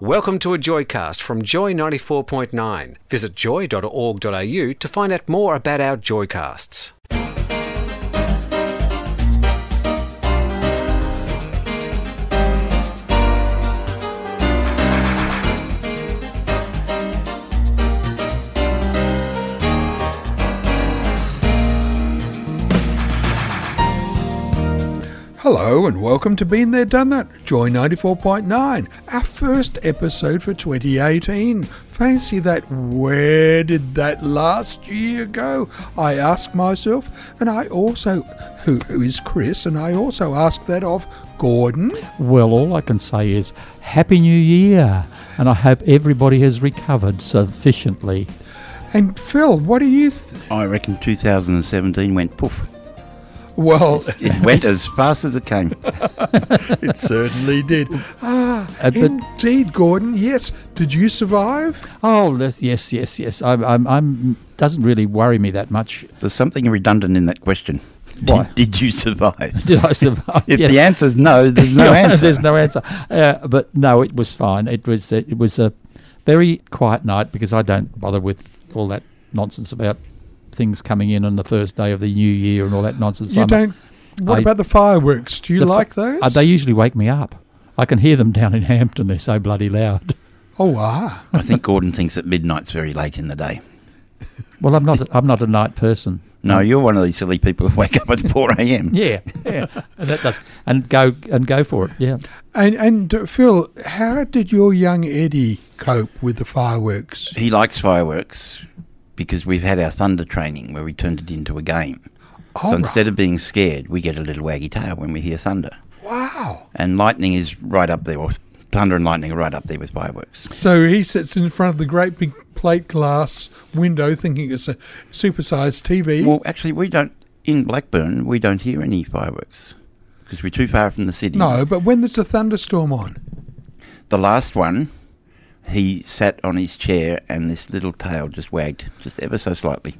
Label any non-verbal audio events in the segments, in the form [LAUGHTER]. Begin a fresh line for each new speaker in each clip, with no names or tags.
Welcome to a Joycast from Joy 94.9. Visit joy.org.au to find out more about our Joycasts.
Hello and welcome to Been There Done That, Joy 94.9, our first episode for 2018. Fancy that, where did that last year go? I ask myself, and I also, who is Chris, and I also ask that of Gordon.
Well, all I can say is Happy New Year, and I hope everybody has recovered sufficiently.
And Phil, what do you th-
I reckon 2017 went poof.
Well, [LAUGHS]
It went as fast as it came.
it certainly did. Ah,
Uh, [LAUGHS] but-
indeed, Gordon, yes. Did you survive?
Oh, yes, yes, yes, yes. I'm, I'm, I'm doesn't really worry me that much. [LAUGHS]
There's something redundant in that question. Did-
Why?
Did, you survive?
Did I survive?
If
Yes.
the answer's no, there's no answer.
There's [LAUGHS] no answer. Uh, but no, it was fine. It was, uh, it was a very quiet night because I don't bother with all that nonsense about things coming in on the first day of the new year and all that nonsense.
You
I'm a-
don't. What
I-
about the fireworks? Do you
the f-
like those?
Uh, they usually wake me up. I can hear them down in Hampton. They're so bloody loud.
Oh, ah.
I think Gordon thinks that midnight's very late in the day.
Well, I'm not. A, I'm not a night person.
No, you're one of these silly people who wake up at [LAUGHS] 4 a.m.
Yeah, [LAUGHS] yeah. and that does. And go and go for it. Yeah.
And and uh, Phil, how did your young Eddie cope with the fireworks?
He likes fireworks because we've had our thunder training where we turned it into a game.
All
so
right.
instead of being scared, we get a little waggy tail when we hear thunder.
Wow.
And lightning is right up there, or thunder and lightning are right up there with fireworks.
So he sits in front of the great big plate glass window, thinking it's a supersized TV.
Well, actually, we don't, in Blackburn, we don't hear any fireworks because we're too far from the city.
no, but when there's a thunderstorm on,
The last one, he sat on his chair and this little tail just wagged, just ever so slightly.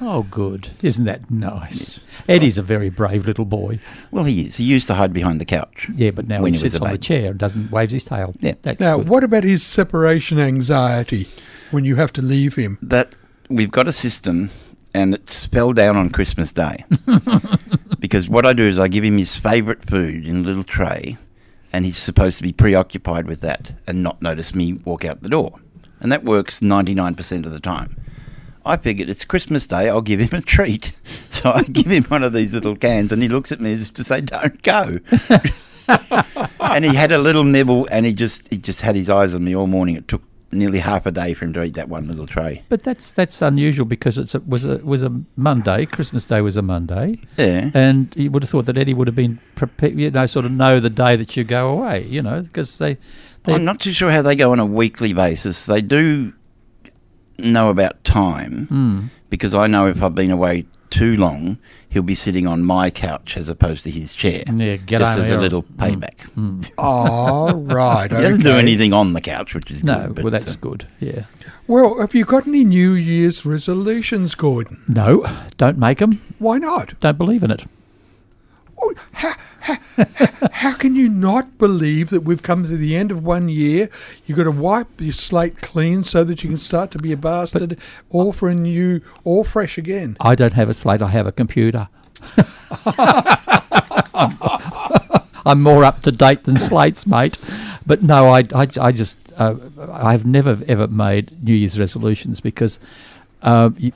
Oh, good. Isn't that nice? Eddie's a very brave little boy.
Well, he is. He used to hide behind the couch.
Yeah, but now
When
he
he was
sits
a
on the
baby.
chair and doesn't waves his tail.
Yeah.
That's
now
good.
what about his separation anxiety when you have to leave
[LAUGHS]
him?
that we've got a system and it's fell down on Christmas Day. because what I do is I give him his favourite food in a little tray and he's supposed to be preoccupied with that and not notice me walk out the door. And that works 99% of the time. I figured it's Christmas Day, I'll give him a treat. [LAUGHS] So I give him one of these little cans and he looks at me as if to say, Don't go. [LAUGHS] and he had a little nibble and he just he just had his eyes on me all morning. It took nearly half a day for him to eat that one little tray.
But that's that's unusual because it's a, was a was a Monday. Christmas Day was a Monday,
Yeah.
and you would have thought that Eddie would have been prepared. You know, sort of know the day that you go away. You know, because they, they
I'm not too sure how they go on a weekly basis. They do know about time
Hmm.
because I know if I've been away too long, he'll be sitting on my couch as opposed to his chair.
Yeah, get
just
on
as
there.
a little payback.
Hmm.
Oh, right.
He doesn't do
okay.
anything on the couch, which is
no.
good. but,
well, that's
uh,
good. Yeah.
Well, have you got any New Year's resolutions, Gordon?
No, don't make them.
Why not?
Don't believe in it.
Oh, how, how can you not believe that we've come to the end of one year? You've got to wipe your slate clean so that you can start to be a bastard, all for a new, all fresh again.
I don't have a slate. I have a computer. [LAUGHS] I'm more up to date than slates, mate. But no, I, I, I just, uh, I've never ever made New Year's resolutions because um, you,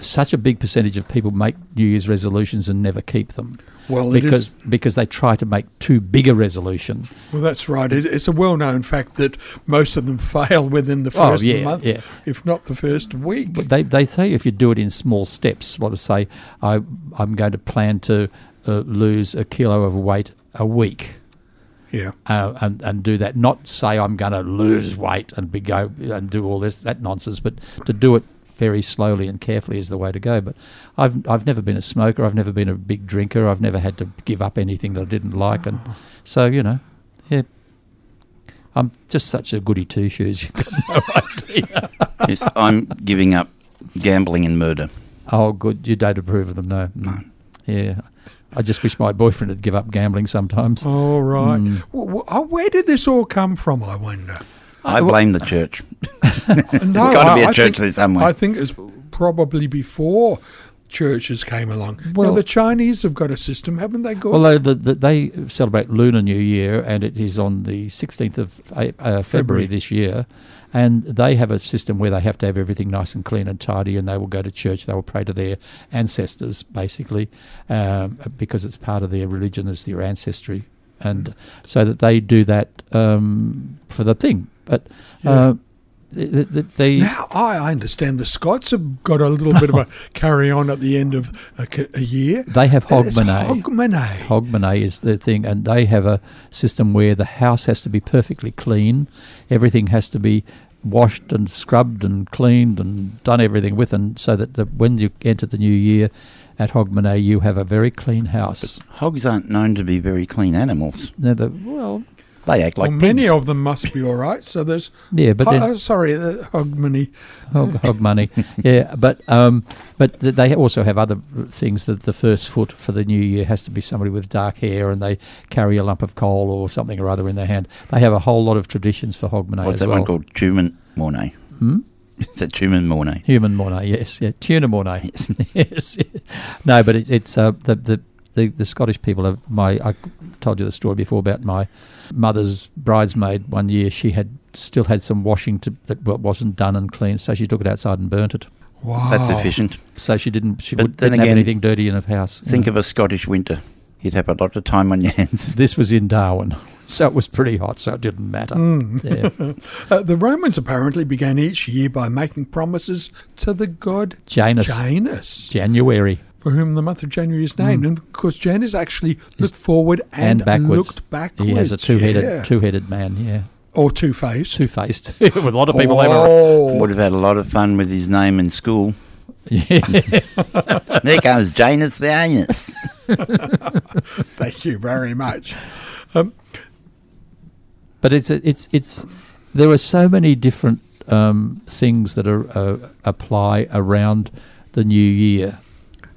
such a big percentage of people make New Year's resolutions and never keep them.
Well, it
because
is.
because they try to make too big a resolution.
Well, that's right. It, it's a well-known fact that most of them [LAUGHS] fail within the
Oh,
first
yeah,
month,
yeah.
if not the first week.
But they, they say if you do it in small steps, like to say, I, I'm going to plan to uh, lose a kilo of weight a week.
Yeah.
uh, and and do that. Not say I'm going to lose weight and be go and do all this that nonsense, but to do it very slowly and carefully is the way to go. But I've I've never been a smoker. I've never been a big drinker. I've never had to give up anything that I didn't like, and so you know, yeah. I'm just such a goody two shoes.
Yes, uh, I'm giving up gambling and murder.
[LAUGHS] Oh, good. You don't approve of them, no. No. Yeah. I just wish my boyfriend would give up gambling sometimes.
All right. W- w- uh, where did this all come from? I wonder.
I blame the church.
No,
gotta be
a
a church there somewhere.
I think it's probably before churches came along. Well,
Well-
the Chinese have got a system, haven't they? Got
Although the, the, they celebrate Lunar New Year, and it is on the 16th of A- uh, February,
February.
this year, and they have a system where they have to have everything nice and clean and tidy, and they will go to church, they will pray to their ancestors, basically, um, because it's part of their religion, it's their ancestry, and so that they do that um, for the thing. But uh, the, the, the, the-
now I I understand the Scots have got a little bit of
[LAUGHS]
a carry on at the end of a, ca- a year.
They have
It's
Hogmanay.
Hogmanay.
Hogmanay is the thing, and they have a system where the house has to be perfectly clean. Everything has to be washed and scrubbed and cleaned and done everything with, and so that the, when you enter the new year at Hogmanay, you have a very clean house.
Hogs aren't known to be very clean animals.
Now the, well,
They act like
well, many
pigs.
of them must be all right. So there's
yeah, but
oh,
then,
oh, sorry, the Hogmanay.
[LAUGHS]
hog, hog money. Yeah, but um, but th- they also have other things that the first foot for the new year has to be somebody with dark hair, and they carry a lump of coal or something or other in their hand. They have a whole lot of traditions for Hogmanay
What's
as
that
well.
one called? Tumen Mornay. Hmm? Is that Tumen Mornay?
Human Mornay, yes, yeah, tuna Mornay, [LAUGHS] yes, no, but it, it's uh, the, the the the Scottish people are my. I told you the story before about my mother's bridesmaid. One year, she had still had some washing to, that wa- wasn't done and clean, so she took it outside and burnt it.
Wow,
That's efficient.
So she didn't. She
But
would,
then
didn't have
again,
anything dirty in her house. you
Think
know.
of a Scottish winter. You'd have a lot of time on
[LAUGHS]
your hands.
this was in Darwin, so it was pretty hot, so it didn't matter. Yeah.
Uh, the Romans apparently began each year by making promises to the god
Janus,
[LAUGHS] Janus,
January.
for whom the month of January is named. And of course, Janus actually looked forward and,
Hmm. And, backwards.
looked backwards.
He has a two-headed,
yeah.
two-headed man. Yeah,
or two faced.
two-faced. [LAUGHS] With a lot of people have a [LAUGHS]
Would
Oh,
have had a lot of fun with his name in school. there comes Janus the Anus.
thank you very much. Um,
but it's it's it's there are so many different um, things that are uh, apply around the new year.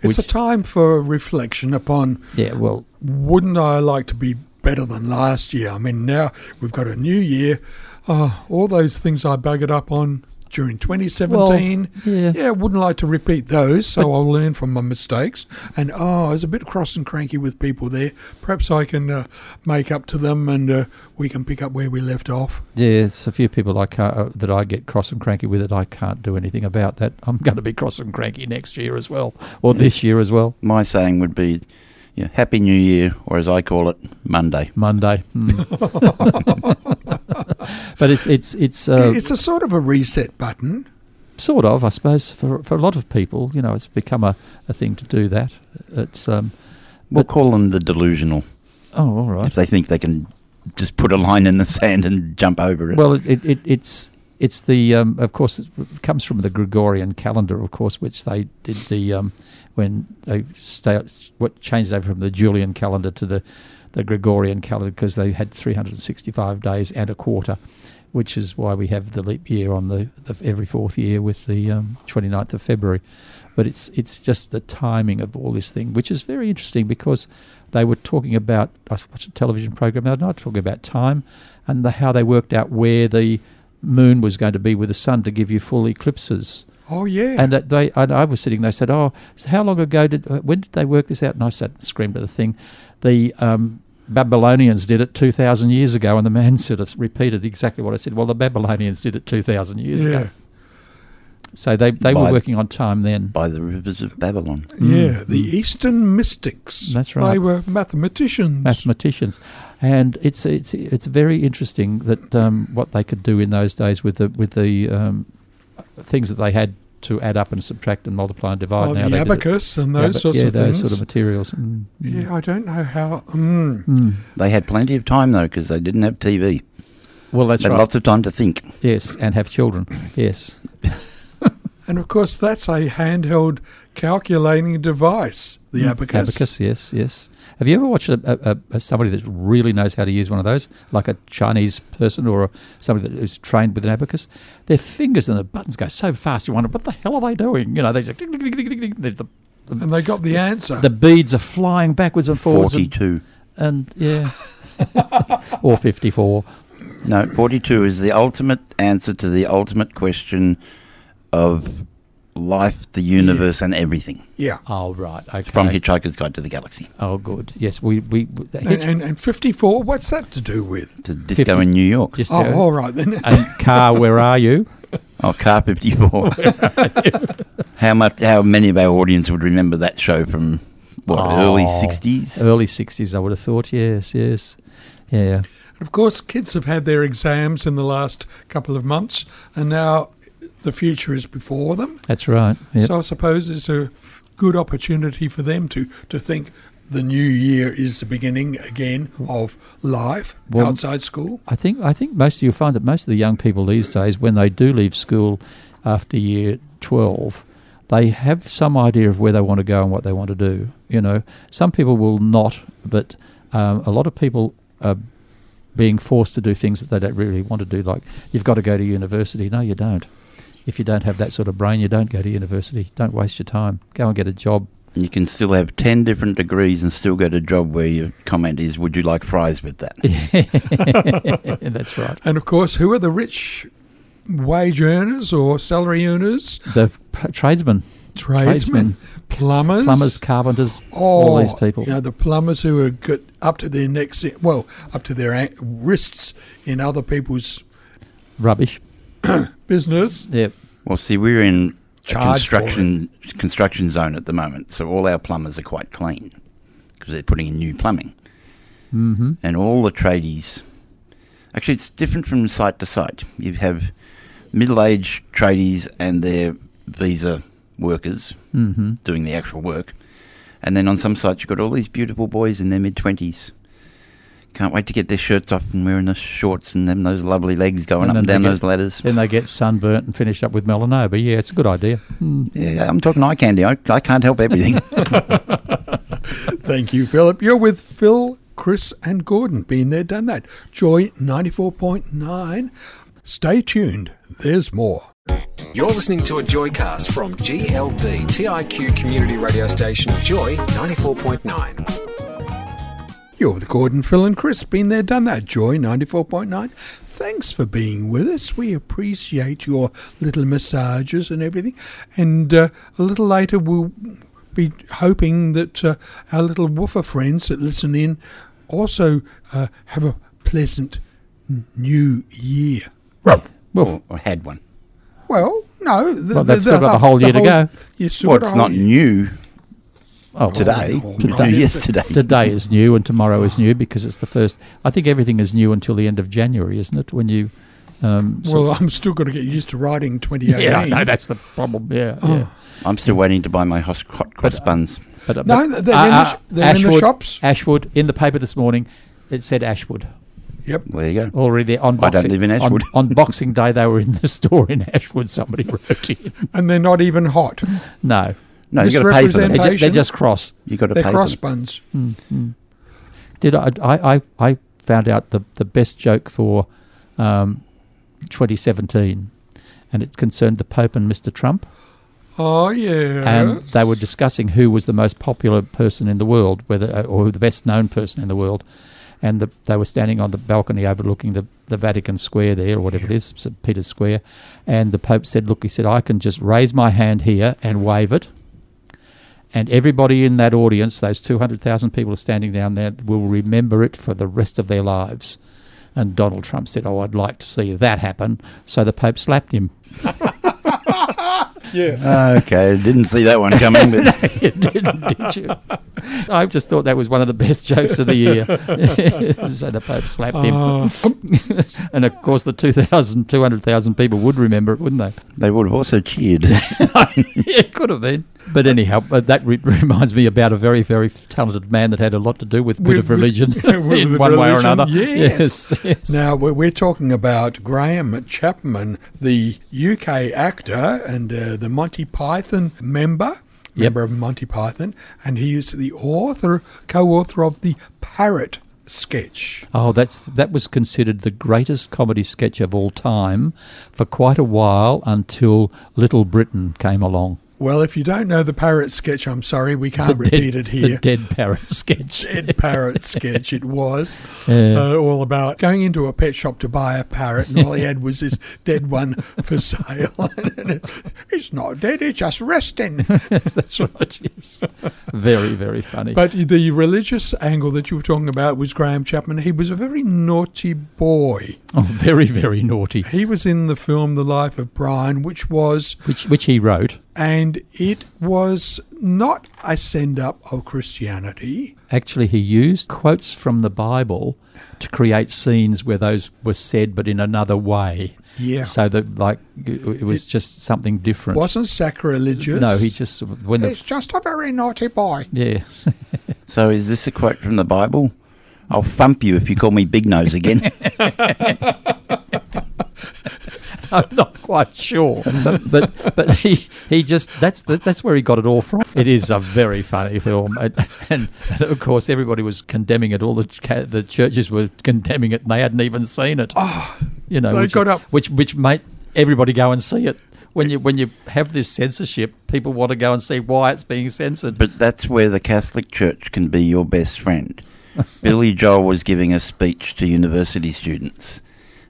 it's
Which-
a time for reflection upon
Yeah, well,
wouldn't I like to be better than last year? I mean, now we've got a new year. Uh, all those things I buggered up on during 2017.
Well, yeah.
wouldn't like to repeat those, so I'll learn from my mistakes. And oh, I was a bit cross and cranky with people there. Perhaps I can uh, make up to them and uh, we can pick up where we left off.
there's a few people I can't, uh, that I get cross and cranky with that I can't do anything about. That I'm [LAUGHS] going to be cross and cranky next year as well, or this year as well.
My saying would be, you know, Happy New Year, or as I call it, Monday.
Monday, Hmm. [LAUGHS] but it's it's it's uh,
it's a sort of a reset button.
sort of, I suppose, for for a lot of people. You know, it's become a, a thing to do that. It's um,
We'll call them the delusional.
oh, all right.
If they think they can just put a line in the [LAUGHS] sand and jump over it.
Well, it, it, it, it's it's the um, of course it comes from the Gregorian calendar, of course, which they did the um, when they sta what changed over from the Julian calendar to the the Gregorian calendar because they had 365 days and a quarter, which is why we have the leap year on the, the every fourth year with the um, 29th of February. But it's it's just the timing of all this thing, which is very interesting because they were talking about I watched a television program the other night talking about time and the, how they worked out where the moon was going to be with the sun to give you full eclipses.
Oh, yeah.
[LAUGHS] And uh, that they, and I was sitting. They said, "Oh, so how long ago did uh, when did they work this out?" And I sat and screamed at the thing. The um, Babylonians did it two thousand years ago, and the man [LAUGHS] sort of repeated exactly what I said. Well, the Babylonians did it two thousand years
yeah.
ago, so they they were
By-
working on time then.
by the rivers of Babylon.
Yeah, the Eastern mystics.
Mm. That's right.
They were mathematicians.
mathematicians, and it's it's it's very interesting that um, what they could do in those days with the with the um, things that they had to add up and subtract and multiply and divide.
Oh,
now
the
they did it-
abacus and
the
those
abac-
sorts
yeah,
of
those
things.
sort of materials. Mm.
yeah, I don't know how. Mm.
They had plenty of time though because they didn't have TV.
Well, that's
they had
right.
lots of time to think.
yes, and have children. Yes.
And of course, that's a handheld calculating device, the abacus.
Mm, Abacus, yes, yes. Have you ever watched a, a, a- a, somebody that really knows how to use one of those, like a Chinese person or a, somebody that is trained with an abacus? Their fingers and the buttons go so fast. You wonder what the hell are they doing? You know, they just the, the,
And they got the answer.
the beads are flying backwards and forwards. and-
Forty-two.
and yeah, [LAUGHS] or fifty-four.
No, 42 is the ultimate answer to the ultimate question of life, the universe, and everything
yeah.
Oh right, okay.
from Hitchhiker's Guide to the Galaxy
oh good, yes. We we w- the
And,
hitch,
and, and 54, what's that to do with?
to Disco
50.
in New York.
just
Oh,
go,
all right then.
and car. Where are you?
Oh,
[LAUGHS]
Car 54. how much? How many of our audience would remember that show from what early
Oh.
60s?
Early sixties, I would have thought. Yes, yes, yeah.
Of course, kids have had their exams in the last couple of months, and now the future is before them.
That's right. Yep.
So I suppose it's a good opportunity for them to, to think the new year is the beginning again of life
Well-
outside school.
I think I think most of you find that most of the young people these days, when they do leave school after year twelve, they have some idea of where they want to go and what they want to do. You know, some people will not, but um, a lot of people are being forced to do things that they don't really want to do. Like you've got to go to university. No, you don't. If you don't have that sort of brain, you don't go to university. Don't waste your time. Go and get a job. [LAUGHS]
You can still have 10 different degrees and still get a job where your comment is, Would you like fries with that?
That's right.
And of course, who are the rich wage earners or salary earners?
The p- tradesmen,
Tradesmen, plumbers,
plumbers, carpenters,
oh,
all these people.
You know, the plumbers who are good up to their necks, in, well, up to their an- wrists in other people's
Rubbish.
business.
Yep.
Well, see, we're in a
Charge for it.
construction construction zone at the moment, so all our plumbers are quite clean because they're putting in new plumbing, mm-hmm. and all the tradies. Actually, it's different from site to site. You have middle-aged tradies and their visa workers doing the actual work, and then on some sites you've got all these beautiful boys in their mid twenties. Can't wait to get their shirts off and wearing the shorts and them those lovely legs going
And
up
then
and
they
down
get-
those ladders.
Then they get sunburnt and finish up with melanoma. Yeah, it's a good idea.
Yeah, I'm talking eye candy. I, I can't
[LAUGHS]
help everything.
Thank you, Philip. You're with Phil, Chris, and Gordon. Been there, done that. Joy 94.9. Stay tuned. There's more.
You're listening to a Joycast from GLB TIQ community radio station Joy 94.9.
You're with Gordon, Phil, and Chris. Been there, done that. Joy 94.9. Thanks for being with us. We appreciate your little massages and everything. And uh, a little later, we'll be hoping that uh, our little woofer friends that listen in also uh, have a pleasant n- new year.
or, or had one.
Well, no. The,
Well, they've still got the whole year to go.
You still
Well,
got
it's
the whole
not
year.
new
Oh,
today.
Oh,
New
today.
yesterday.
Today is new and tomorrow is new because it's the first. I think everything is new until the end of January, isn't it? When you. Um, so-
Well, I'm still going to get used to riding 2018.
yeah, I know that's the problem. Yeah,
Oh.
yeah.
I'm still waiting to buy my hos- hot cross buns.
But, uh,
No,
but-
they're in the sh- they're in the shops.
Ashwood in the paper this morning. It said Ashwood
Yep.
There you go.
already there on.
I don't
Boxing-
live in
on-
Ashwood.
On, Boxing Day, they were in the [LAUGHS] store in Ashwood. Somebody [LAUGHS] wrote in.
And they're not even hot.
No,
No, you got to pay for
they
them.
misrepresent-
ju- they're
Patient.
just cross.
You got to
They're
pay
cross
for them.
buns.
did I, I, I, I found out the, the best joke for um, 2017 and it concerned the Pope and Mr. Trump.
Oh, yeah.
And they were discussing who was the most popular person in the world, whether uh, or the best known person in the world. And the, they were standing on the balcony overlooking the, the Vatican Square there, or whatever it is, St. Peter's Square. And the Pope said, Look, he said, I can just raise my hand here and wave it. And everybody in that audience, those 200,000 people standing down there, will remember it for the rest of their lives. And Donald Trump said, Oh, I'd like to see that happen. So the Pope slapped him.
Yes.
Okay, didn't see that one
[LAUGHS]
coming, but
you didn't, [LAUGHS] did you? I just thought that was one of the best jokes of the year. [LAUGHS] so the Pope slapped
Oh.
him. [LAUGHS] and of course, the 2,000, 200,000 people would remember it, wouldn't they? [LAUGHS]
they would have also cheered. [LAUGHS]
it could have been. But anyhow, but that re- reminds me about a very, very talented man that had a lot to do with a bit
With-
of religion
[LAUGHS] with-
[LAUGHS] in
with
one way or
religion,
another.
yes.
yes, yes.
Now, we're we're talking about Graham Chapman, the UK actor and uh, the Monty Python member, member of Monty Python, and he is the author, co author of the Parrot sketch.
Oh, that's that was considered the greatest comedy sketch of all time for quite a while until Little Britain came along.
Well, if you don't know the parrot sketch, I'm sorry, we can't repeat it
[LAUGHS] The
here.
dead parrot [LAUGHS] sketch.
Dead parrot sketch it was.
[LAUGHS] Yeah.
Uh, all about going into a pet shop to buy a parrot, and all he had was this dead one for sale. [LAUGHS] And it's not dead, it's just
[LAUGHS]
resting.
Yes, that's right. Yes. Very, very funny.
But the religious angle that you were talking about was Graham Chapman. He was a very naughty boy.
oh, very, very naughty.
He was in the film The Life of Brian, which was,
Which which he wrote.
and it was not a send up of Christianity.
Actually, he used quotes from the Bible to create scenes where those were said, but in another way.
Yeah.
So that, like, it it was just something different.
Wasn't sacrilegious.
No, he just when the
He's just a very naughty boy.
yes. [LAUGHS]
so, is this a quote from the Bible? I'll thump you if you call me Big Nose again.
[LAUGHS] I'm not quite sure, but but he he just that's the, that's where he got it all from. It is a very funny film, and, and, and of course everybody was condemning it. All the ca- the churches were condemning it, and they hadn't even seen Oh, it. you know,
they
which,
got up-
which which made everybody go and see it. When you when you have this censorship, people want to go and see why it's being censored.
But that's where the Catholic Church can be your
[LAUGHS]
best friend. Billy Joel was giving a speech to university students,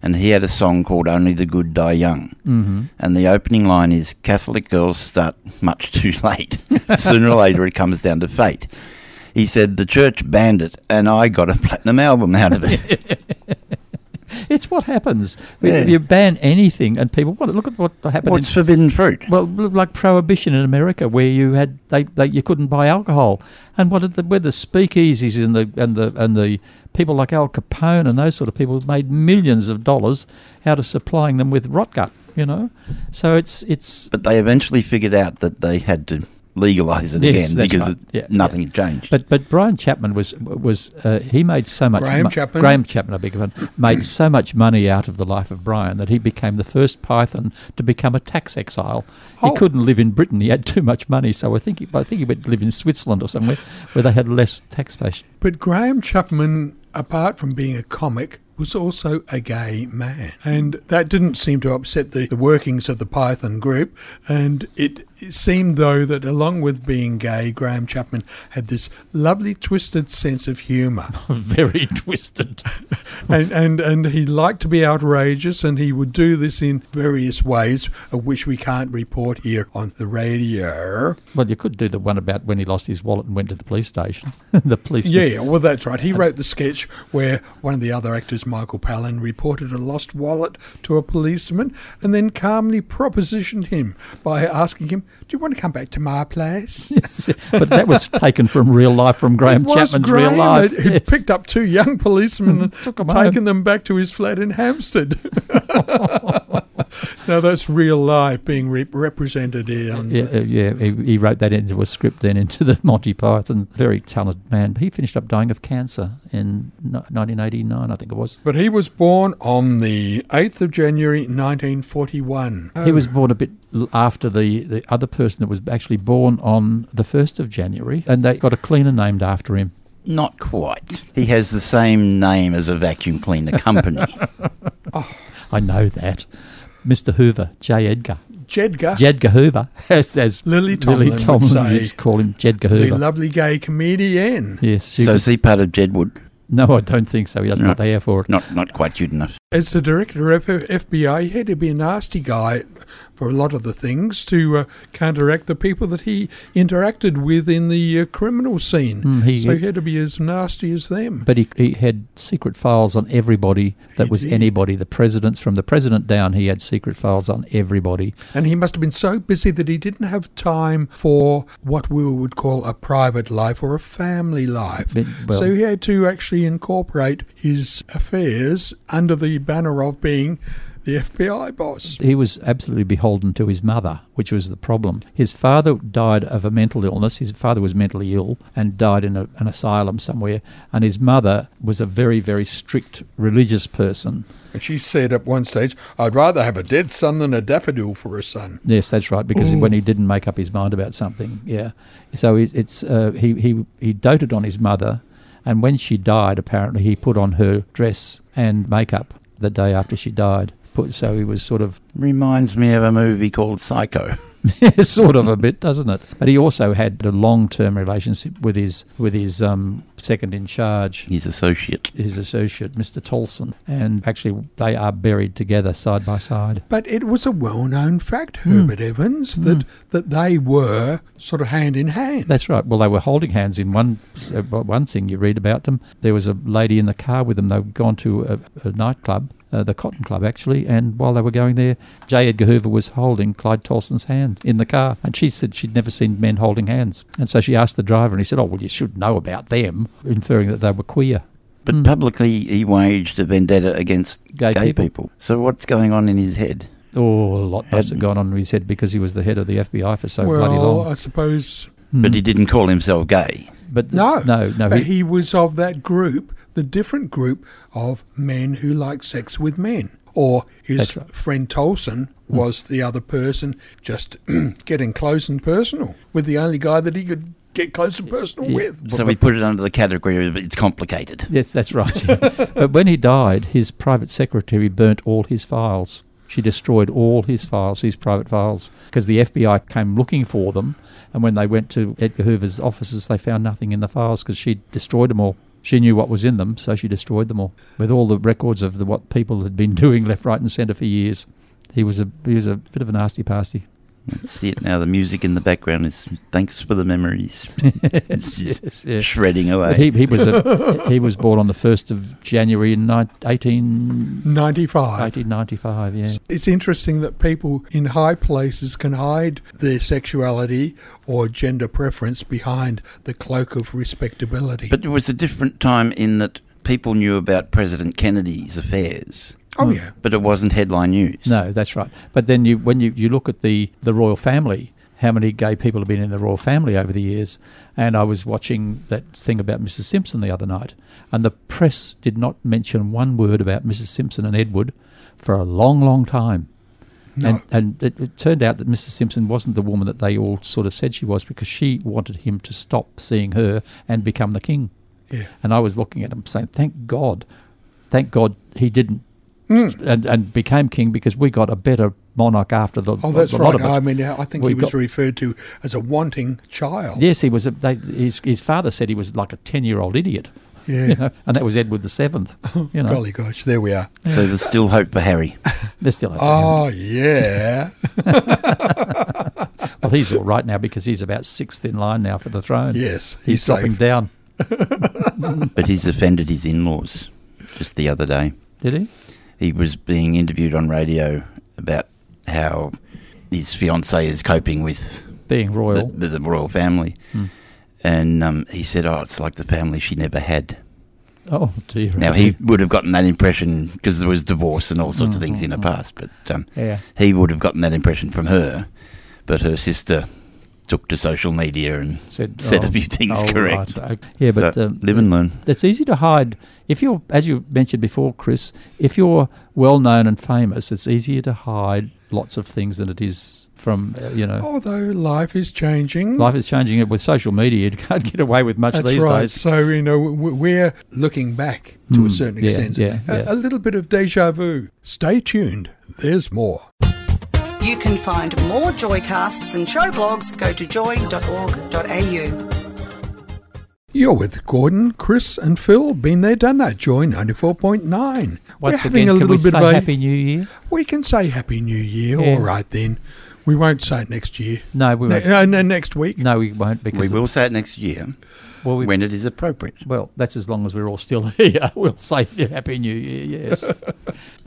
and he had a song called Only the Good Die Young. Mm-hmm. And the opening line is Catholic girls start much too [LAUGHS] late. Sooner or later, it comes down to fate. He said, The church banned it, and I got a platinum album out
[LAUGHS]
of it.
It's what happens. You-
Yeah.
You ban anything, and people want it. Look at what happened. in
What's forbidden fruit?
Well, l- like prohibition in America, where you had they, they you couldn't buy alcohol, and what did the, where the speakeasies and the and the and the people like Al Capone and those sort of people made millions of dollars out of supplying them with rot gut, you know. So it's it's
But they eventually figured out that they had to legalize it
Yes,
again
that's
because
right.
it-
Yeah, yeah.
nothing had changed.
but but Brian Chapman was was uh, he made so much
Graham Chapman?
Graham Chapman I beg your pardon made so much money out of the life of Brian that he became the first Python to become a tax exile.
Oh.
He couldn't live in Britain; he had too much money. So I think he, I think he went to live in Switzerland or somewhere where they had less taxation.
But Graham Chapman, apart from being a comic, was also a gay man. And that didn't seem to upset the, the workings of the Python group. And it, it seemed, though, that along with being gay, Graham Chapman had this lovely twisted sense of humour.
[LAUGHS] Very twisted.
and, and, and he liked to be outrageous, and he would do this in various ways, of which we can't report here on the radio.
Well, you could do the one about when he lost his wallet and went to the police station. [LAUGHS] the police.
Yeah, well, that's right. He wrote the sketch where one of the other actors, Michael Palin, reported a lost wallet to a policeman and then calmly propositioned him by asking him, Do you want to come back to my place?
[LAUGHS] but that was taken from real life, from [LAUGHS] Graham
It was
Chapman's
Graham
real life.
who
yes.
picked up two young
[LAUGHS]
policemen and
took 'em
taken
home.
them back to his flat in Hampstead. [LAUGHS] now, that's real life being re- represented here. On
Yeah, uh, yeah he, he wrote that into a script then into the [LAUGHS] Monty Python. Very talented man. He finished up dying of cancer in ni- 1989, I think it was.
But he was born on the 8th of January Uh, 1941.
He was born a bit l- after the, the other person that was actually born on the 1st of January, and they got a cleaner named after him.
Not quite. He has the same name as a vacuum cleaner company.
I know that. Mr. Hoover,
[LAUGHS]
J. Edgar.
Jedgar.
Jedgar Hoover, as, as
Lily Tomlin would say.
used to call him Jedgar
the
Hoover.
lovely gay comedian.
yes, she
so
was-
is [LAUGHS] he part of Jedwood?
no, I don't think so. He doesn't
No.
put the air for it.
Not not quite good enough.
As the director of F- FBI, he had to be a nasty guy for a lot of the things to uh, counteract the people that he interacted with in the uh, criminal scene.
Mm, he-
so he had to be as nasty as them.
But he, he had secret files on everybody that
He
was
did.
anybody. The presidents, from the president down, he had secret files on everybody.
And he must have been so busy that he didn't have time for what we would call a private life or a family life.
Bit- well-
so he had to actually incorporate his affairs under the banner of being the FBI boss.
He was absolutely beholden to his mother, which was the problem. His father died of a mental illness. His father was mentally ill and died in a, an asylum somewhere. And his mother was a very, very strict religious person.
And she said at one stage, I'd rather have a dead son than a daffodil for a son.
Yes, that's right. Because when he didn't make up his mind about something, yeah. So it, it's uh, he he he doted on his mother, and when she died, apparently he put on her dress and makeup the day after she died. Put so he was sort of [LAUGHS]
Reminds me of a movie called Psycho. [LAUGHS]
sort of a bit, doesn't it? But he also had a long term relationship with his with his um, second in charge.
His associate.
His associate, Mr. Tolson, and actually they are buried together side by side.
But it was a well known fact, Herbert Evans, that, that they were sort of hand in hand.
That's right. Well, they were holding hands in one uh, one thing you read about them. There was a lady in the car with them. They'd gone to a, a nightclub, uh, the Cotton Club actually, and while they were going there, J. Edgar Hoover was holding Clyde Tolson's hand in the car, and she said she'd never seen men holding hands, and so she asked the driver, and he said, "Oh, well, you should know about them," inferring that they were queer.
But publicly, he waged a vendetta against
Hmm. Gay
gay,
people.
people. So what's going on in his head?
Oh, a lot must have
Hadn't-
gone on in his head because he was the head of the FBI for so bloody
well,
long.
I suppose
Hmm.
But he didn't call himself gay.
But
No,
no, no.
But
he-
he, was of that group, the different group of men who like sex with men. Or his
That's right.
friend Tolson was the other person, just [CLEARS THROAT] getting close and personal with the only guy that he could get close and personal
Yeah.
with.
So we put it under the category of it's complicated.
Yes, that's right. [LAUGHS] but when he died, his private secretary burnt all his files. She destroyed all his files, his private files, because the FBI came looking for them. And when they went to Edgar Hoover's offices, they found nothing in the files because she destroyed them all. She knew what was in them, so she destroyed them all, with all the records of the, what people had been [LAUGHS] doing left, right, and centre for years. He was a he was a bit of a nasty pasty. [LAUGHS]
See it now. The music in the background is thanks for the memories. It's just
Yes, yeah.
Shredding away.
But he, he was a, he was born on the first of January in ni- 18,
95.
1895, Yeah,
It's interesting that people in high places can hide their sexuality or gender preference behind the cloak of respectability.
But it was a different time in that people knew about President Kennedy's affairs,
hmm.
oh, yeah.
but it wasn't headline news.
No, that's right. But then you, when you, you look at the, the royal family, how many gay people have been in the royal family over the years? And I was watching that thing about Mrs. Simpson the other night, and the press did not mention one word about Mrs. Simpson and Edward for a long, long time. And, and it, it turned out that Mrs. Simpson wasn't the woman that they all sort of said she was because she wanted him to stop seeing her and become the king.
Yeah.
And I was looking at him saying, thank God, thank God he didn't
Hmm.
and, and became king because we got a better monarch after the.
Oh, that's
the lot
right.
of us.
I mean, I think
We
he was
got-
referred to as a wanting child.
Yes, he was. A, they, his, his father said he was like a ten-year-old idiot, [LAUGHS]
Yeah.
you know, and that was Edward
[LAUGHS]
the Seventh. You know,
Golly gosh, there we are.
[LAUGHS]
So there's still hope for Harry.
they're still. over him.
Oh, yeah. [LAUGHS]
Well, he's all right now because he's about sixth in line now for the throne.
Yes,
he's,
he's
dropping
safe.
down.
But he's offended his in laws just the other day.
Did he?
He was being interviewed on radio about how his fiancee is coping with
Being
the,
royal. Hmm.
the, the royal family. And um, he said, Oh, it's like the family she never had.
oh dear.
Now, he would have gotten that impression because there was divorce and all sorts of things in her past, but um,
Hmm. Yeah.
he would have gotten that impression from her. But her sister took to social media and
Said-
said
oh,
a few things
oh, right,
correct.
okay. Yeah, but
So,
um,
live and learn.
it's easy to hide if you're as you mentioned before chris if you're well known and famous it's easier to hide lots of things than it is from uh, you know
Although life is changing.
life is changing it with social media you can't get away with much
Oh. that's
these
right.
days Hmm.
So, you know, w- we're looking back to a certain
yeah,
extent.
yeah,
a,
yeah.
a little bit of deja vu. Stay tuned. There's more.
You can find more Joycasts and show blogs. Go to joy.org.au.
You're with Gordon, Chris, and Phil. Been there, done that. Joy 94.9.
Once again, can we say Happy New Year?
We can say Happy New Year.
Yeah.
All right, then. We won't say it next year.
No, we
No,
won't.
no, no, next week.
No, we won't
We
because
will say it next year
Well, we,
when it is appropriate.
well, that's as long as we're all still [LAUGHS] here. We'll say Happy New Year.
[LAUGHS]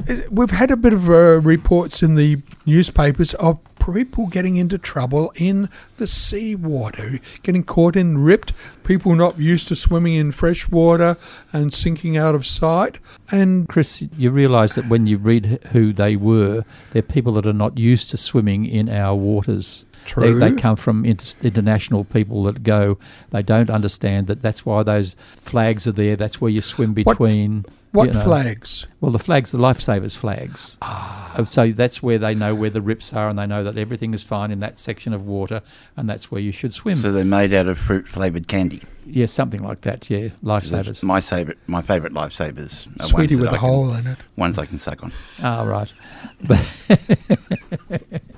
Yes.
We've had a bit of uh, reports in the newspapers of people getting into trouble in the seawater, getting caught in ripped, people not used to swimming in fresh water and sinking out of sight. And
Chris, you realise that when you read h- who they were, they're people that are not used to swimming in our waters. They, they
True.
come from inter- international people that go. They don't understand that that's why those flags are there. That's where you swim
What f-
between.
what
you know.
flags?
Well, the flags, the lifesavers flags. Ah. So that's where they know where the rips are and they know that everything is fine in that section of water and that's where you should swim.
So they're made out of fruit flavored candy.
yeah, something like that. Yeah,
That's
lifesavers.
my favorite, my favorite lifesavers. are ones
Sweetie
that
with
I
a
can-
hole in it.
Ones I can suck on.
Ah, right. [LAUGHS] But,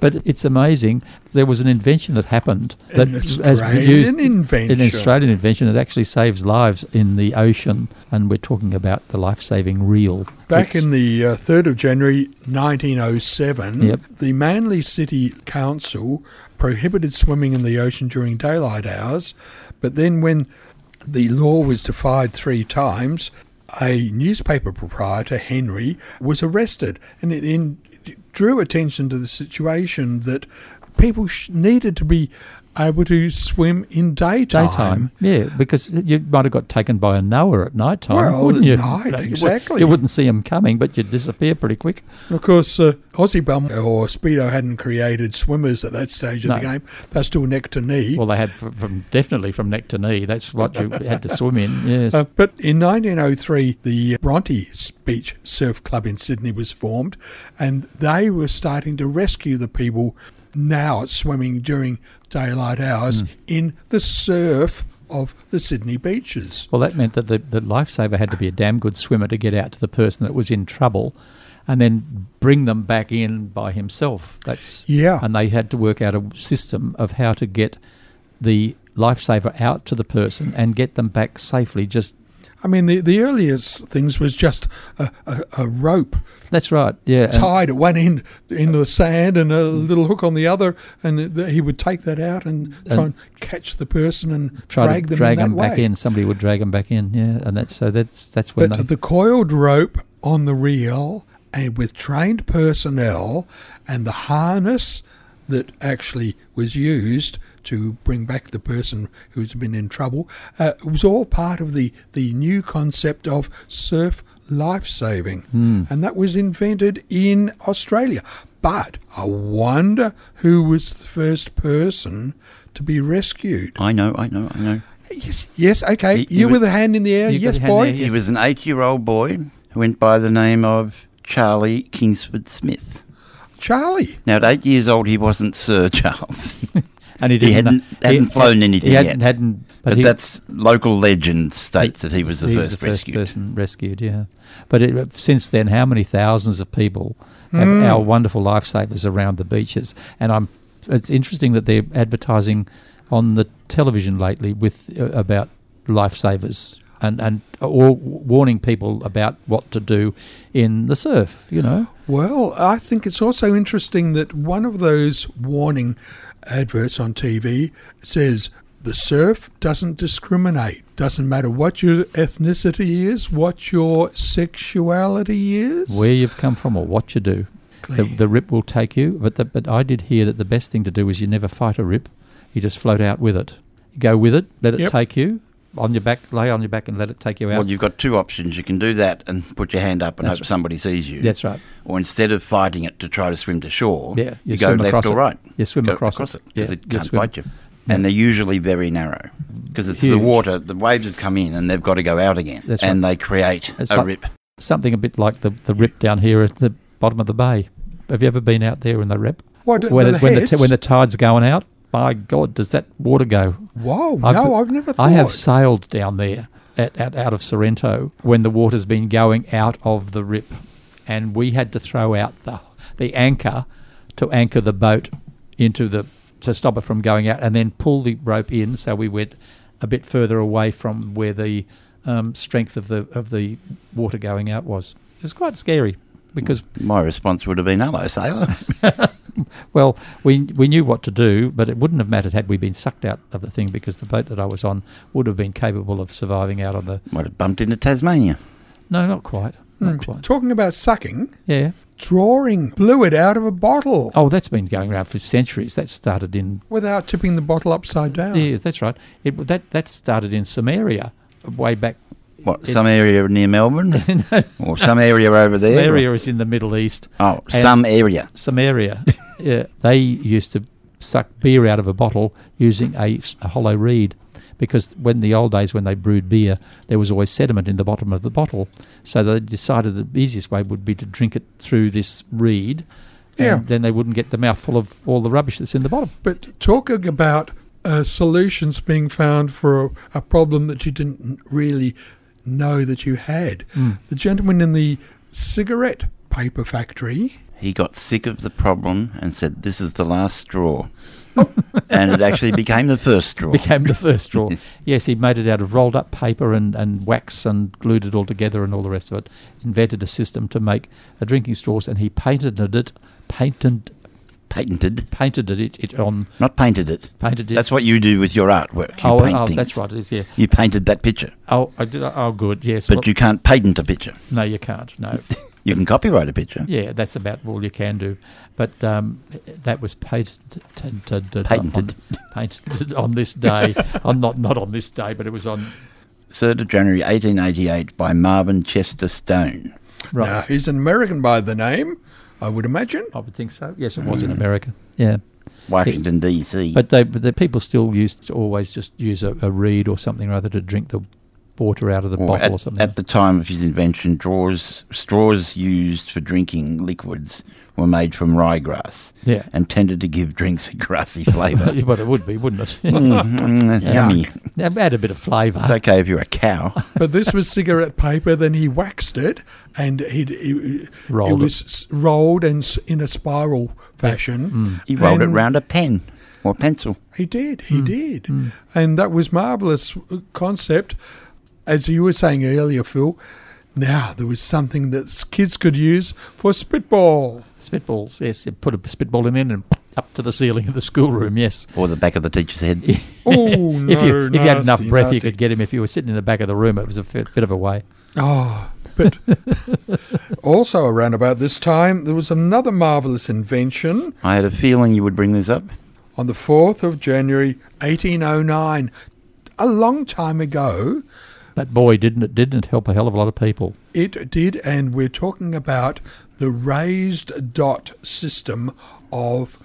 but it's amazing. There was an invention that happened that
An
has been
Australian invention.
An Australian invention that actually saves lives in the ocean, and we're talking about the life-saving reel.
Back
which-
in the uh, 3rd of January 1907,
Yep.
the Manly City Council prohibited swimming in the ocean during daylight hours, but then when the law was defied three times, a newspaper proprietor, Henry, was arrested, and it in, drew attention to the situation that people sh- needed to be able to swim in daytime.
Daytime, yeah, because you might have got taken by a Noah at night time,
Well,
wouldn't
at
you?
night,
[LAUGHS] You wouldn't-
exactly.
You wouldn't see them coming, but you'd disappear pretty quick.
And of course, uh, Aussie Bum or Speedo hadn't created swimmers at that stage of the
No.
game. They're still neck to knee.
Well, they had from, from definitely from neck to knee. That's what you had to swim in. [LAUGHS] Yes,
Uh, but in 1903, the Bronte Beach Surf Club in Sydney was formed, and they were starting to rescue the people now swimming during daylight
Hmm.
hours in the surf of the Sydney beaches.
Well, that meant that the, the lifesaver had to be a damn good swimmer to get out to the person that was in trouble and then bring them back in by himself. That's
Yeah.
And they had to work out a system of how to get the lifesaver out to the person and get them back safely. Just
I mean, the, the earliest things was just a, a, a rope
that's right. Yeah. Mm. and-
tied at one end into the sand and a little hook on the other, and th- he would take that out and try and,
And
catch the person and
try
drag
to
them
drag
in that
them back
way.
in. Somebody would drag them back in. Yeah. And that's so that's that's when
But
they,
the coiled rope on the reel and with trained personnel and the harness that actually was used to bring back the person who's been in trouble uh, it was all part of the, the new concept of surf life saving. And that was invented in Australia. But I wonder who was the first person to be rescued.
I know, I know, I know.
Yes, yes okay.
Oh. He- he
you
was-
with a hand in the air.
You got
Yes,
your hand
boy.
there,
He
Yes.
was an eight-year-old boy who went by the name of Charlie Kingsford Smith.
Charlie.
Now, at eight years old, he wasn't Sir [LAUGHS] Charles,
and he
he
didn't
hadn't- hadn't flown anything
he hadn't,
yet.
hadn't but,
but
he,
that's local legend states that he was the
he
first
was the
rescued.
first person rescued. Yeah, but it, since then, how many thousands of people have our wonderful lifesavers around the beaches? And I'm. It's interesting that they're advertising on the television lately with uh, about lifesavers and and or warning people about what to do in the surf. You know,
Well, I think it's also interesting that one of those warning adverts on TV says the surf doesn't discriminate. Doesn't matter what your ethnicity is, what your sexuality is.
where you've come from or what you do. The,
Clean.
the rip will take you, but the, but I did hear that the best thing to do is you never fight a rip, you just float out with it. You go with it, let it
Yep.
take you on your back, lay on your back, and let it take you out.
Well, you've got two options. You can do that and put your hand up and
That's
hope
right.
somebody sees you.
That's right.
Or instead of fighting it to try to swim to shore,
Yeah,
you, go
swim
left
across
or
it.
right.
You swim
Go
across,
across it
Yeah,
because it
you
can't
swim.
bite you. And they're usually very narrow because it's the
Huge.
water. The waves have come in and they've got to go out again,
That's
and they create
That's
a
right.
rip.
Something a bit like the, the rip down here at the bottom of the bay. Have you ever been out there in the rip?
What,
when,
the
it- when, the
heads?
when the tide's going out, my God, does that water go?
Whoa, Oh, no, I've never thought.
I have sailed down there at, at, out of Sorrento when the water's been going out of the rip, and we had to throw out the the anchor to anchor the boat into the to stop it from going out, and then pull the rope in. So we went a bit further away from where the um, strength of the of the water going out was. It was quite scary because
My response would have been,
[LAUGHS]
hello, sailor.
well, we we knew what to do, but it wouldn't have mattered had we been sucked out of the thing because the boat that I was on would have been capable of surviving out on the.
Might have bumped into Tasmania.
No, not quite. Not quite.
Talking about sucking,
Yeah.
drawing fluid out of a bottle
Oh, that's been going around for centuries. That started in
without tipping the bottle upside down.
yeah, that's right. It that that started in Samaria, way back.
What, some area near Melbourne?
[LAUGHS]
or some area over there?
Samaria is in the Middle East.
Oh,
And-
some area.
Samaria. yeah, they used to suck beer out of a bottle using a, s- a hollow reed because when the old days when they brewed beer, there was always sediment in the bottom of the bottle. So they decided the easiest way would be to drink it through this reed.
Yeah.
And then they wouldn't get the mouthful of all the rubbish that's in the bottom.
But talking about uh, solutions being found for a, a problem that you didn't really know that you had,
Hmm.
the gentleman in the cigarette paper factory.
He got sick of the problem and said, this is the last
[LAUGHS]
straw. and it actually became the first straw.
Became the first straw. yes, he made it out of rolled up paper and, and wax and glued it all together and all the rest of it. Invented a system to make a drinking straws and he patented it, patented
patented.
painted it, it, it on
Not painted it.
painted it.
That's what you do with your artwork. You
oh,
paint
oh,
things.
that's right. It is yeah.
You painted that picture,
Oh, I did, oh, good. Yes,
but
well,
you can't patent a picture. [LAUGHS]
no, you can't. No,
You can copyright a picture.
yeah, that's about all you can do. But um, that was patented, patented, uh,
Patented.
on, patented on this
[LAUGHS]
day. on not not on this day, but it was on
3rd of January 1888 by Marvin Chester Stone.
right.
Now, he's an American by the name, I would imagine.
I would think so. Yes, it
Mm.
was in America. Yeah.
Washington, D.C.
But they, but the people still used to always just use a, a reed or something rather to drink the water out of the
Or
bottle
at,
or something. [LAUGHS]
at the time of his invention, draws, straws used for drinking liquids were made from ryegrass
Yeah.
and tended to give drinks a
[LAUGHS]
grassy flavour.
but it would be, wouldn't it?
Mm, yummy.
[LAUGHS] Add a bit of flavour.
It's okay if you're a cow.
But this was cigarette [LAUGHS] paper. Then he waxed it, and he'd, he
Rolled
it was s rolled and s- in a spiral fashion.
Hmm. He rolled it
And-
round a pen or pencil.
He did. He
Hmm.
did. And that was marvelous concept. As you were saying earlier, Phil, now there was something that s- kids could use for spitball.
Spitballs, yes. You put a spitball in there and up to the ceiling of the schoolroom, yes.
Or the back of the teacher's head.
Oh, no,
[LAUGHS] if you if you had enough
nasty,
breath,
nasty.
you could get him. If you were sitting in the back of the room, it was a fair bit of a way.
Oh, but [LAUGHS] also around about this time, there was another marvelous invention
I had a feeling you would bring this up.
on the 4th of January, 1809. A long time ago,
But boy, didn't it didn't it help a hell of a lot of people.
It did, and we're talking about the raised dot system of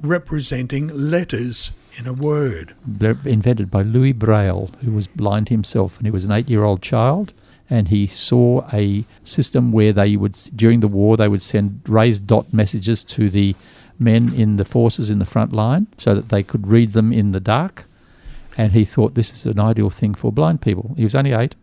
representing letters in a word.
They're invented by Louis Braille, who was blind himself, and he was an eight-year-old child, and he saw a system where they would s- during the war they would send raised dot messages to the men in the forces in the front line so that they could read them in the dark. and he thought this is an ideal thing for blind people. He was only eight,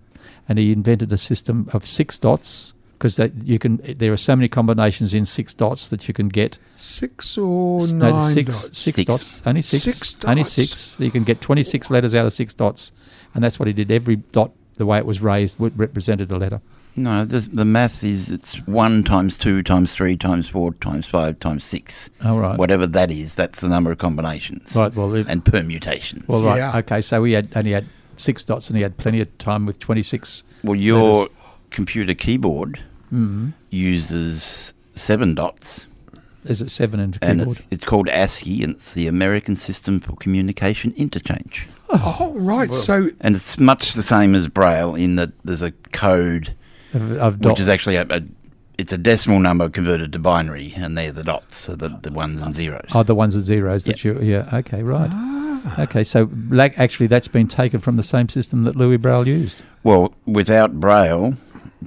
and he invented a system of six dots because you can. There are so many combinations in six dots that you can get.
Six or
No,
Oh, nine
six,
dots.
six
Six.
dots. Only six.
Six
Only
dots.
six. You can get twenty-six letters out of six dots, and that's what he did. Every dot, the way it was raised, would represented a letter.
No, the, the math is it's one times two times three times four times five times six.
All Oh, right.
Whatever that is, that's the number of combinations.
Right. Well. It,
And permutations.
well.
Well,
Right.
Yeah.
Okay. So he had only had six dots, and he had plenty of time with twenty-six.
your
letters.
computer keyboard
Mm-hmm.
uses seven dots,
Is it seven in
and
keyboard?
it's, it's called ASCII, and it's the American System for Communication Interchange.
Oh, right. So
And it's much the same as Braille in that there's a code,
Of, of
which
dot.
is actually a, a it's a decimal number converted to binary, and they're the dots, so the, the ones and zeros.
Oh, the ones and zeros that you, yeah, okay, right.
Ah.
Okay, so like, actually, that's been taken from the same system that Louis Braille used.
Well, without Braille,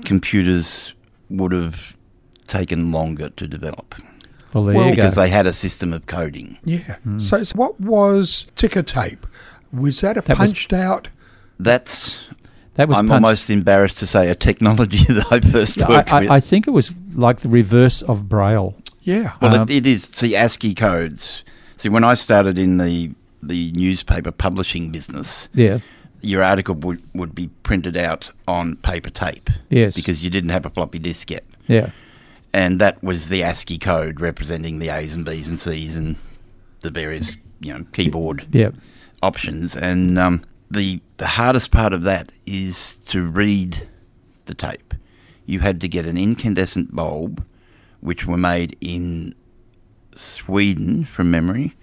computers would have taken longer to develop
Well, there
Well,
you go.
because they had a system of coding.
yeah.
Hmm.
So, so what was ticker tape? Was that a
That was-
punched out?
That's
that was
I'm
punched-
almost embarrassed to say a technology [LAUGHS] that I first
Yeah,
worked
I,
with.
I, I think it was like the reverse of Braille. [LAUGHS]
Yeah.
well,
um,
it, it is see ASCII codes. See, when I started in the the newspaper publishing business,
Yeah,
your article would, would be printed out on paper tape.
Yes.
Because you didn't have a floppy disk yet.
Yeah.
And that was the ASCII code representing the A's and B's and C's and the various, you know, keyboard
Yeah.
options. And um, the the hardest part of that is to read the tape. You had to get an incandescent bulb, which were made in Sweden from memory.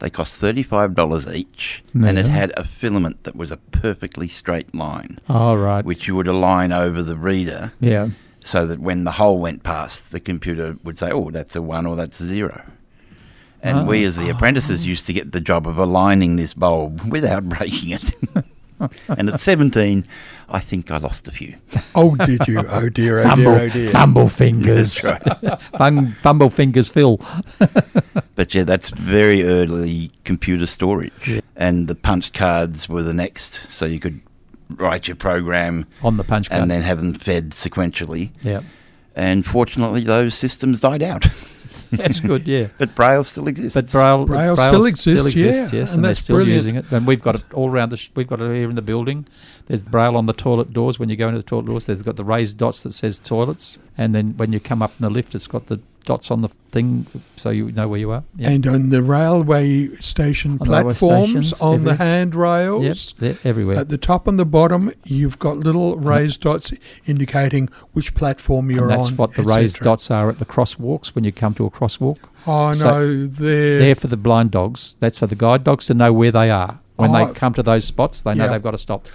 They cost thirty five dollars each, and it
Yeah.
had a filament that was a perfectly straight line,
All right.
which you would align over the reader,
yeah.
so that when the hole went past, the computer would say, "Oh, that's a one or that's a zero. And we, as the apprentices, used to get the job of aligning this bulb [LAUGHS] without breaking it. [LAUGHS] and at seventeen, I think I lost a few.
Oh, did you? Oh dear, oh dear,
Fumble,
oh dear.
fumble fingers. [LAUGHS] Fung, fumble fingers, Phil.
But yeah, that's very early computer storage. And the punch cards were the next, so you could write your program
On the punch card.
and then have them fed sequentially.
yeah.
And fortunately, those systems died out. [LAUGHS]
That's good, yeah.
but Braille still exists.
But Braille,
Braille still exists, yeah,
yes,
and
and, they're
that's
still
brilliant.
using it. And we've got it all around the. Sh- we've got it here in the building. There's the Braille on the toilet doors when you go into the toilet doors. There's got the raised dots that says toilets, and then when you come up in the lift, it's got the dots on the thing, so you know where you are. Yeah.
And on the railway station
On railway
platforms,
stations,
on the
every- Yep,
handrails,
they're everywhere.
at the top and the bottom, you've got little raised dots indicating which platform you're
Uh-huh. and that's
on.
what the
et
raised
cetera.
dots are at the crosswalks when you come to a crosswalk.
Oh
so
no, they're,
They're for the blind dogs. That's for the guide dogs to know where they are. When
Oh,
they come to those spots, they know
yeah.
they've got to stop.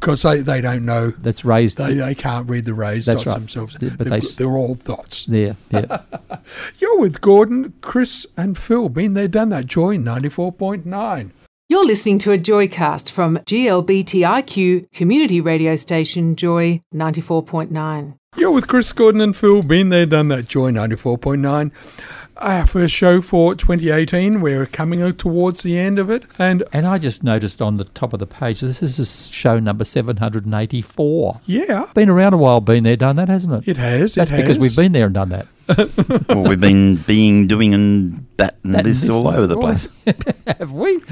because they, they don't know.
That's raised.
They, they can't read the raised
That's
dots
right.
themselves.
Yeah, but
They've
they s-
got- they're all dots.
[LAUGHS] there,
[LAUGHS]
yeah.
You're with Gordon, Chris, and Phil. Been there, done that. Joy 94.9.
You're listening to a Joycast from GLBTIQ community radio station Joy 94.9.
You're with Chris Gordon and Phil. Been there, done that. Joy 94.9. Our first show for 2018. We're coming towards the end of it. And
And I just noticed on the top of the page, this is just show number 784.
yeah,
Been around a while, been there, done that, hasn't it?
it has.
That's
it
because
has.
we've been there and done that. [LAUGHS]
well, we've been being, doing, and that and
That and
this,
this
all
and
over the
all.
place.
Have we?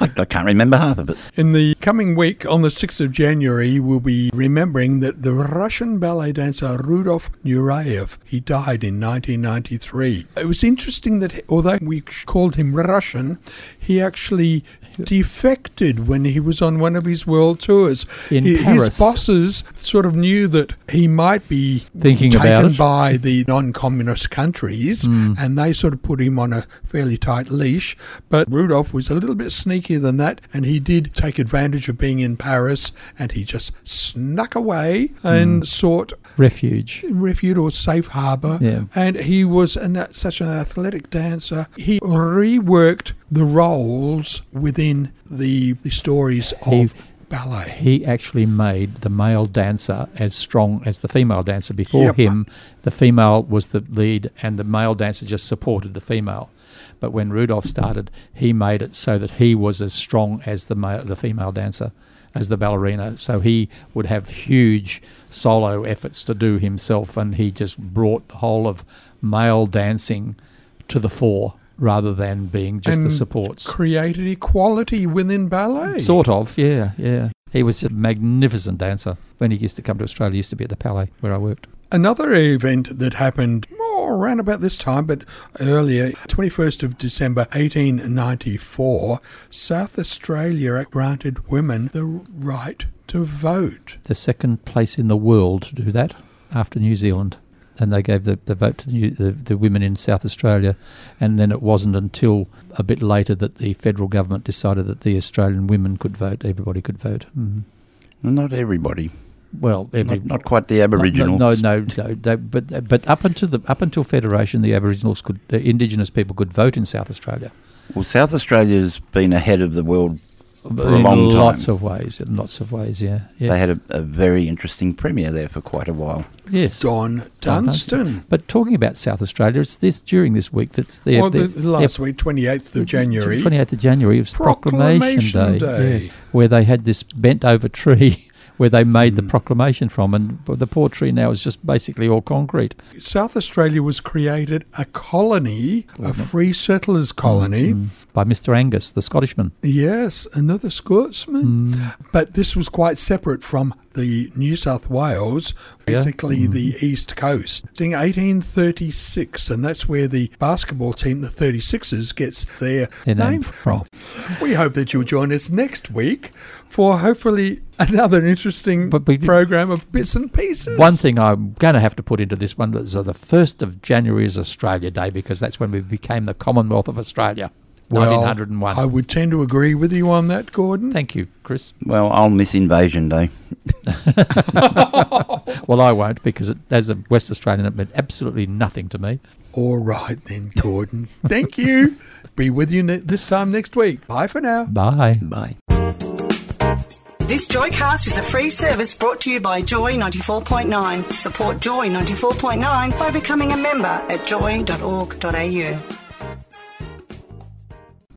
I, I can't remember half of it.
In the coming week, on the 6th of January, we'll be remembering that the Russian ballet dancer Rudolf Nureyev, he died in 1993. It was interesting that although we called him Russian, he actually defected when he was on one of his world tours.
In
He-
Paris.
His bosses sort of knew that he might be
Thinking about
taken
it. Hmm.
by the non-communist countries and they sort of put him on a fairly tight leash. But Rudolph was a little bit sneakier than that, and he did take advantage of being in Paris, and he just snuck away
Hmm.
and sought
Refuge.
refuge or safe harbour.
Yeah.
And he was an, such an athletic dancer. He reworked the roles within the, the stories
He-
of ballet.
He actually made the male dancer as strong as the female dancer. Before
Yep.
him, the female was the lead, and the male dancer just supported the female. But when Rudolph started, he made it so that he was as strong as the male, the female dancer, as the ballerina. So he would have huge solo efforts to do himself, and he just brought the whole of male dancing to the fore rather than being just the
And
supports.
Created equality within ballet.
Sort of, yeah, yeah. He was just a magnificent dancer. When he used to come to Australia, he used to be at the Palais where I worked.
Another event that happened oh, around about this time, but earlier, 21st of December 1894, South Australia granted women the right to vote.
The second place in the world to do that after New Zealand. And they gave the, the vote to the, new- the, the women in South Australia. And then it wasn't until a bit later that the federal government decided that the Australian women could vote, everybody could vote. Mm.
Not everybody.
Well, every,
Not, not quite the Aboriginals.
No, no, no. no they, but but up until the up until Federation, the Aboriginals could, the Indigenous people could vote in South Australia.
Well, South Australia's been ahead of the world for a
in
long time.
lots of ways, in lots of ways, yeah, yeah,
They had a, a very interesting premier there for quite a while.
yes.
Don
Don Dunstan.
Dunstan.
But talking about South Australia, it's this during this week that's their,
Well,
their,
the, the last week, 28th of January.
twenty eighth of January, it was Proclamation,
Proclamation
Day,
Day.
yes, where they had this bent over tree [LAUGHS] where they made
Hmm.
the proclamation from, and but the poor tree now is just basically all concrete.
South Australia was created a colony, a
Mm-hmm.
free settlers colony.
By Mr. Angus, the Scottishman.
Yes, another Scotsman.
Hmm.
But this was quite separate from the New South Wales,
Oh, Yeah. Hmm.
basically the East Coast. In 1836, and that's where the basketball team, the 36ers, gets their
Their name
name from. we hope that you'll join us next week for hopefully another interesting
But we-
program of bits and pieces.
One thing I'm going to have to put into this one is uh, the 1st of January is Australia Day because that's when we became the Commonwealth of Australia,
Well,
1901.
I would tend to agree with you on that, Gordon.
Thank you, Chris.
Well, I'll miss Invasion Day.
Well, I won't because it, as a West Australian, it meant absolutely nothing to me.
All right then,
[LAUGHS]
Gordon. Thank you. Be with you ne- this time next week. Bye for now.
Bye.
Bye.
This Joycast is a free service brought to you by Joy 94.9. Support Joy 94.9 by becoming a member at joy.org.au.